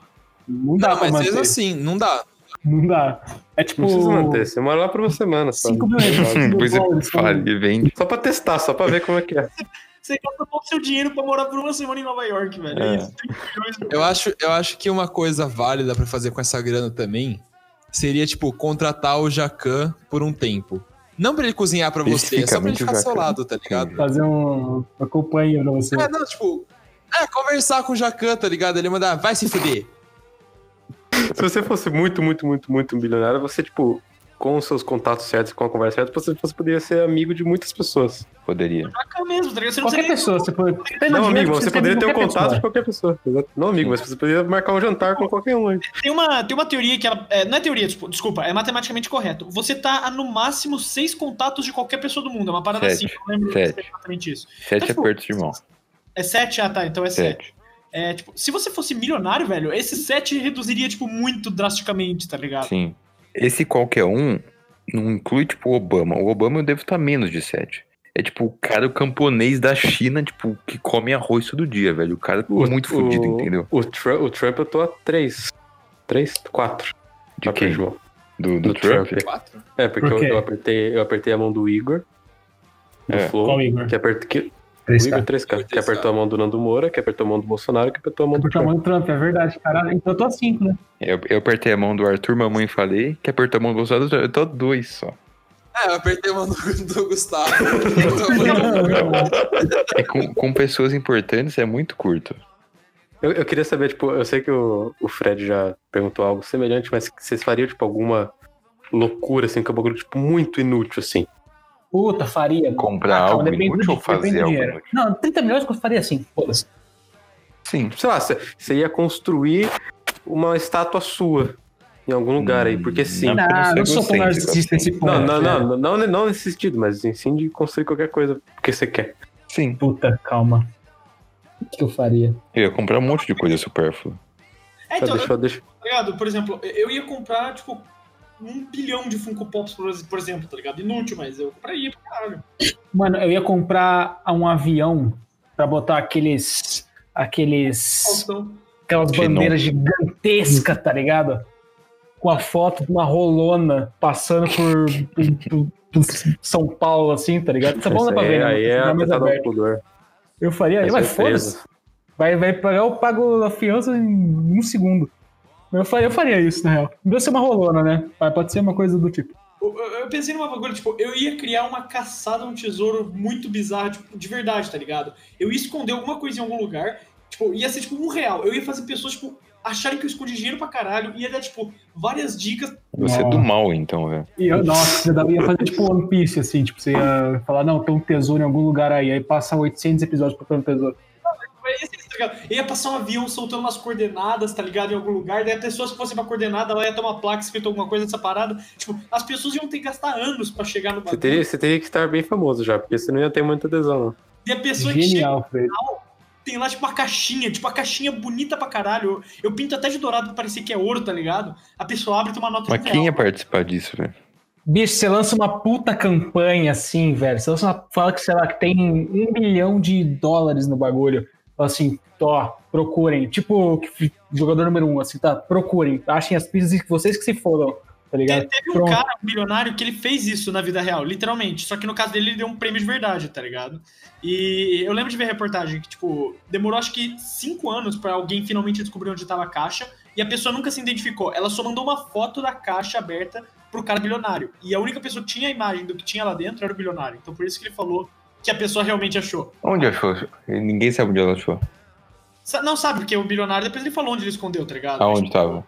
Não dá Não, pra mas manter. mesmo assim, não dá. Não dá. É tipo. Não precisa manter, você mora lá por uma semana só. né? Tá 5 mil reais. Depois você fala e vende. Só pra testar, só pra ver como é que é. Você gasta pouco seu dinheiro pra morar por uma semana em Nova York, velho. É, É. isso. 30 milhões. Eu acho, eu acho que uma coisa válida pra fazer com essa grana também seria, tipo, contratar o Jacan por um tempo. Não pra ele cozinhar pra você, é só pra ele Especificamente o ficar ao seu Jacan. lado, tá ligado? Fazer um. Eu acompanho pra você. É, não, tipo. É, conversar com o Jacan, tá ligado? Ele mandar, vai se fuder. Se você fosse muito, muito, muito, muito bilionário, você, tipo, com os seus contatos certos, com a conversa certa, você, você poderia ser amigo de muitas pessoas. Poderia. Taca mesmo, tá ligado? Você não Qualquer precisa nem- pessoa, você pode. tem Não, dinheiro amigo, pra você ter poderia ter um qualquer contato de pessoa. qualquer pessoa. exato. Não, amigo, mas você poderia marcar um jantar com qualquer um. hein? Tem uma, tem uma teoria que ela. é, não é teoria, despo- desculpa, é matematicamente correto. Você tá a no máximo seis contatos de qualquer pessoa do mundo. É uma parada Sete. assim, eu não lembro Sete. exatamente isso. Sete apertos de mão. É sete? Ah, tá, então é sete. Sete. É, tipo, se você fosse milionário, velho, esse sete reduziria, tipo, muito drasticamente, tá ligado? Sim. Esse qualquer um não inclui, tipo, o Obama. O Obama eu devo estar menos de sete. É tipo o cara o camponês da China, tipo, que come arroz todo dia, velho. O cara O- muito fudido, o- entendeu? O, Tru- o Trump, eu tô a três. Três? Quatro. De apertos quem? de mão. Do, do Do Trump? Trump. Quatro? É, porque Por eu, quê? eu apertei, eu apertei a mão do Igor, do É. Flow, Qual Igor? que, apertou que, o Três, Igor cara. 3K, que 3K. apertou a mão do Nando Moura, que apertou a mão do Bolsonaro, que apertou a mão do Porque é o Trump. tamanho do Trump, é verdade, caralho. Então eu tô a 5, né? Eu, eu apertei a mão do Arthur, mamãe falei, que apertou a mão do Bolsonaro, eu tô dois só. É, eu apertei uma do, do Gustavo. Então, mano, É com, com pessoas importantes é muito curto. Eu, eu queria saber, tipo, eu sei que o, o Fred já perguntou algo semelhante, mas vocês fariam, tipo, alguma loucura, assim, que é um bagulho, tipo, muito inútil, assim. Puta, faria. Comprar calma, algo Ah, depende do inútil dinheiro, ou depende fazer do algo dinheiro. inútil? Não, 30 milhões eu faria assim, foda-se. Sim. Sei lá, você você ia construir uma estátua sua em algum lugar aí, porque sim. Não, Hum, Não, porque eu não não, sou sou tão egocêntrico, narcisista assim. nesse ponto. Não, não, né? não, não, não, não nesse sentido, mas sim de construir qualquer coisa que você quer. Sim. Puta, calma. O que que eu faria? Eu ia comprar um monte de coisa supérflua. É, Só então, deixa, deixa... tá ligado? Por exemplo, eu ia comprar, tipo, um bilhão de Funko Pops, por por exemplo, tá ligado? Inútil, mas eu compraria pra caralho. Mano, eu ia comprar um avião pra botar aqueles. aqueles. Faustão. aquelas Xenon. bandeiras gigantescas, tá ligado? Com a foto de uma rolona passando por, por- por São Paulo, assim, tá ligado? São Paulo Isso não dá pra aí, ver, né? aí é Fica mais apertado ao aberto. pudor. Eu faria, Essa mas é a empresa. foda-se. Vai, vai pagar, eu pago a fiança em um segundo. Eu faria, eu faria isso, na real. Deve ser uma rolona, né? Mas Pode ser uma coisa do tipo. Eu, eu- eu pensei numa bagulho, tipo, eu ia criar uma caçada a um tesouro muito bizarro, tipo, de verdade, tá ligado? Eu ia esconder alguma coisa em algum lugar, tipo, ia ser tipo um real. Eu ia fazer pessoas, tipo, acharem que eu escondi dinheiro pra caralho, ia dar, tipo, várias dicas. Você é do mal, então, velho. E eu, nossa, eu ia fazer tipo One Piece, assim, tipo, você ia falar, não, tem um tesouro em algum lugar aí, aí passa 800 episódios procurando tesouro. é isso, tá ligado? Ia passar um avião soltando umas coordenadas, tá ligado? Em algum lugar, daí as pessoas que fossem pra coordenada lá ia ter uma placa escrito alguma coisa dessa parada. Tipo, as pessoas iam ter que gastar anos pra chegar no Você bagulho. teria, você teria que estar bem famoso já, porque você não ia ter muita adesão. né? não. E a pessoa que chega Genial, Fred. tem lá, tipo, uma caixinha, tipo, a caixinha bonita pra caralho. Eu, eu pinto até de dourado pra parecer que é ouro, tá ligado? A pessoa abre e toma nota de Mas um quem ia real. participar disso, velho? Bicho, você lança uma puta campanha assim, velho. Você lança uma, fala que, sei lá, que tem um milhão de dólares no bagulho. Fala assim, ó, procurem. Tipo, que- jogador número um, assim, tá? Procurem. Achem as pistas e vocês que se fodam, tá ligado? Teve um Pronto. cara, um milionário, que ele fez isso na vida real, literalmente. Só que no caso dele, ele deu um prêmio de verdade, tá ligado? E eu lembro de ver reportagem que, tipo, demorou acho que cinco anos pra alguém finalmente descobrir onde tava a caixa. E a pessoa nunca se identificou. Ela só mandou uma foto da caixa aberta pro cara bilionário. E a única pessoa que tinha a imagem do que tinha lá dentro era o bilionário. Então por isso que ele falou que a pessoa realmente achou. Onde achou? Ninguém sabe onde ela achou. Sa- Não sabe, porque o bilionário depois ele falou onde ele escondeu, tá ligado? Aonde tava?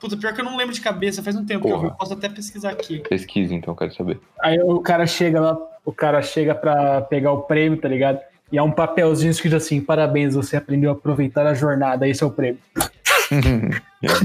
Puta, pior que eu não lembro de cabeça, faz um tempo que eu Porra. vi, posso até pesquisar aqui. Pesquisa, então, quero saber. Aí o cara chega lá, o cara chega pra pegar o prêmio, tá ligado? E há um papelzinho escrito assim: parabéns, você aprendeu a aproveitar a jornada, esse é o prêmio. É,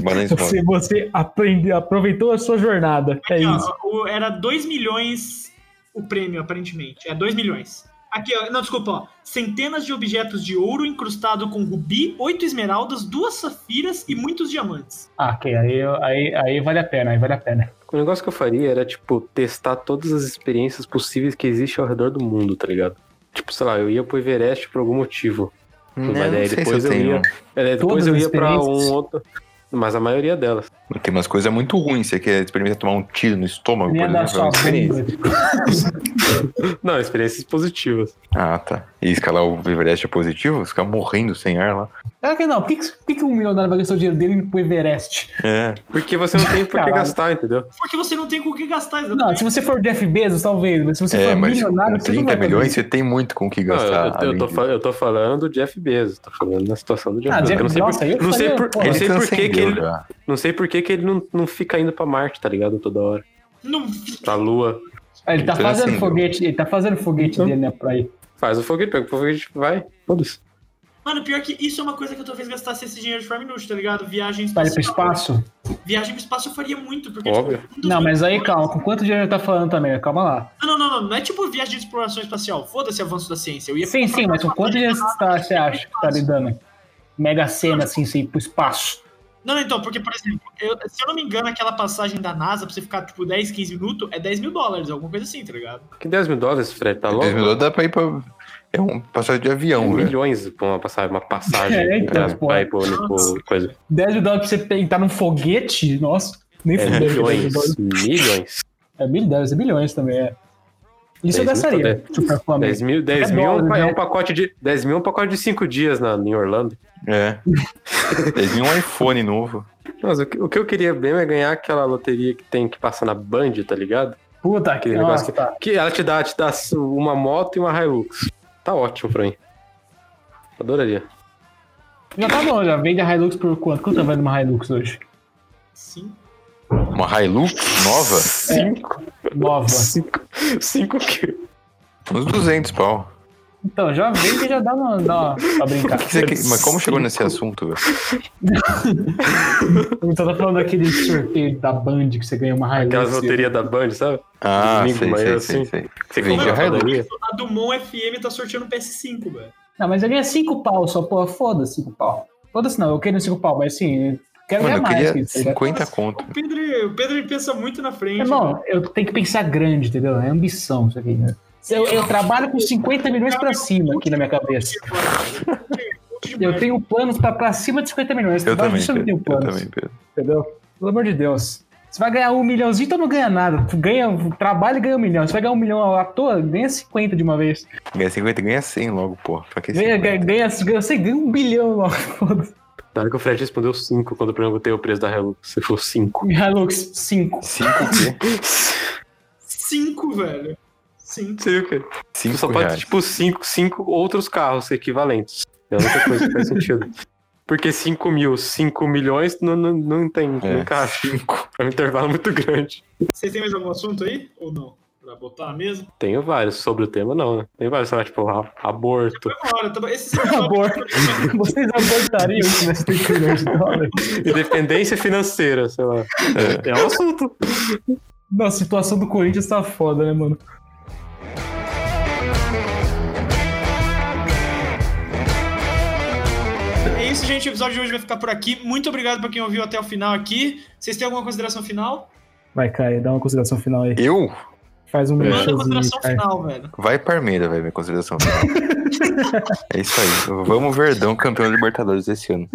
balanço Você, você aprendeu, aproveitou a sua jornada. É Aqui, ó, isso. o- era 2 milhões o prêmio, aparentemente. É 2 milhões. Aqui, ó, não, desculpa, ó. Centenas de objetos de ouro incrustado com rubi, oito esmeraldas, duas safiras e muitos diamantes. Ah, ok. Aí, aí, aí vale a pena, aí vale a pena. O negócio que eu faria era, tipo, testar todas as experiências possíveis que existem ao redor do mundo, tá ligado? Tipo, sei lá, eu ia pro Everest por algum motivo. Não, Mas daí não sei depois se eu eu tenho. ia- É, daí Todas depois eu as ia pra experiências? um outro. Mas a maioria delas. Tem umas coisas é muito ruins. Você quer experimentar tomar um tiro no estômago, por Nem da exemplo? é sua uma experiência. bunda. Não, experiências positivas. Ah, tá. E escalar o Everest é positivo? Ficar morrendo sem ar lá. Ah, que não. Por que, que- por que que um milionário vai gastar o dinheiro dele e ir pro Everest? É. Porque você não tem por que Caralho. gastar, entendeu? Porque você não tem com o que gastar, exatamente. Não, se você for Jeff Bezos, talvez, mas se você É, for mas milionário, com você não 30 vai fazer milhões isso. você tem muito com o que Não, eu- gastar. eu, eu além tô, disso. fa- eu tô falando do Jeff Bezos, tô falando da situação do Jeff Ah, Bezos. Jeff- Eu não sei nossa, eu por- não sei faria, por- pô. eu não Ele sei por que que transcendeu né? ele- já. não sei por que que ele não, não fica indo pra Marte, tá ligado? Toda hora. Não, Pra Lua. Ah, Ele tá Então, fazendo assim, foguete, ele tá fazendo foguete Então- dele, né, pra ir. Faz o foguete, pega o foguete, vai. Foda-se. mano, pior que isso é uma coisa que eu talvez gastasse esse dinheiro de forma inútil, tá ligado? Viagem Pra ir pro espacial. espaço. Viagem pro espaço eu faria muito, porque. Óbvio. tipo, um dos Não, meus- mas aí calma, com quanto dinheiro ele tá falando também? Calma lá. Não, não, não, não, não é tipo viagem de exploração espacial. Foda-se avanço da ciência. Eu ia Sim, sim, mas com quanto dinheiro você, tá- você acha que tá lidando? Mega cena, assim, você ir pro espaço. Não, então, porque, por exemplo, eu- se eu não me engano, aquela passagem da NASA pra você ficar, tipo, 10, 15 minutos é 10 mil dólares, alguma coisa assim, tá ligado? Que 10 mil dólares, Fred, tá louco? É 10 mil dólares dá pra ir pra. É um passagem de avião, né? velho. milhões pra uma passagem, uma passagem É, então, pra, pô. pra ir pro, pro coisa. 10 mil dólares pra você tentar num foguete? Nossa, nem É fudeu. milhões. Milhões. É mil dólares, é bilhões também, é. Isso eu 10 mil, gastaria. Super Flamengo. 10 mil, 10 É mil é um dólar, pa- né? é um pacote de 10 mil é um pacote de 5 dias na, em Orlando. É. Eles vinham um iPhone novo. Mas o que, o que eu queria mesmo é ganhar aquela loteria que tem que passar na Band, tá ligado? Puta que Aquele negócio nossa, que, tá. que ela te dá, te dá uma moto e uma Hilux. Tá ótimo pra mim. Adoraria. Já tá bom, já vende a Hilux por quanto? Quanto vale uma Hilux hoje? Sim. Uma Hilux nova? É. 5 Nova. 5 que Uns 200 pau. Então, já vende e já dá uma, dá uma pra brincar. Que você quer- Mas como chegou nesse assunto, velho? Então tá falando daquele sorteio da Band que você ganha uma Hilux. Aquelas loterias da Band, sabe? Ah, Domingo, sei, mas sei, assim- sei, sei. Que você Vendi compra a na Hilux. padaria. A Dumont FM tá sorteando PS5, velho. Não, mas eu ganho 5 pau só, pô, foda-se 5 pau. Foda-se não, eu queria 5 pau, mas assim, quero Mano, ganhar eu mais. que queria isso, tá ligado? 50 conto. O Pedro, o Pedro ele pensa muito na frente. Irmão, eu tenho que pensar grande, entendeu? É ambição isso aqui. Né? Eu, eu trabalho com 50 milhões pra cima aqui na minha cabeça. Tipo, Eu tenho planos pra, pra cima de 50 milhões. Eu Pra também, baixo eu não Pedro. tenho Eu planos. também, Pedro. Entendeu? Pelo amor de Deus. Você vai ganhar um milhãozinho, então não ganha nada. Tu ganha, trabalha e ganha um milhão. Você vai ganhar um milhão à toa, ganha 50 de uma vez. Ganha 50, ganha 100 logo, pô. Pra que Ganha, 50? ganha, ganha, ganha, você ganha um bilhão logo. Foda-se. Na hora que o Fred respondeu 5 quando eu perguntei o preço da Hilux, você falou 5. Hilux, 5. 5 o quê? 5, velho. 5. Você viu, cara? 5 Só pode ter, tipo, 5 cinco outros carros equivalentes. É a única coisa que faz sentido. Porque 5 mil, 5 milhões não, não, não tem, não encaixa. É um intervalo muito grande. Vocês têm mais algum assunto aí? Ou não? Pra botar na mesa. Tenho vários sobre o tema, não, né? Tem vários, sei lá, tipo, a- aborto. Agora, tá bom. Esses Aborto. Vocês abortariam isso nesse 30 milhões de dólares? Independência financeira, sei lá. É, um assunto. Nossa, a situação do Corinthians tá foda, né, mano? É isso, gente. O episódio de hoje vai ficar por aqui. Muito obrigado pra quem ouviu até o final aqui. Vocês têm alguma consideração final? Vai, Caio, dá uma consideração final aí. Eu? Faz um Manda a merchanzinho, consideração Caio. final, velho. Vai Parmeira, vai minha consideração final. é isso aí. Vamos Verdão campeão da Libertadores esse ano.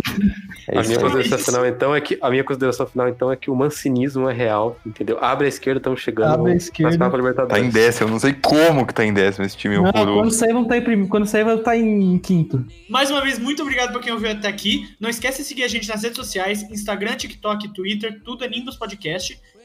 É A minha isso aí. consideração final, então, é que a minha consideração final, então, é que o mancinismo é real, entendeu? Abre a esquerda, estamos chegando. Abre a Nas esquerda. Copa Tá em Libertadores. décimo, eu não sei como que tá em décimo esse time Não, quando horroroso. sair, vão tá em prim... quando sair, vai estar em quinto. Mais uma vez, muito obrigado pra quem ouviu até aqui. Não esquece de seguir a gente nas redes sociais, Instagram, TikTok, Twitter, tudo é Nimbus Podcast.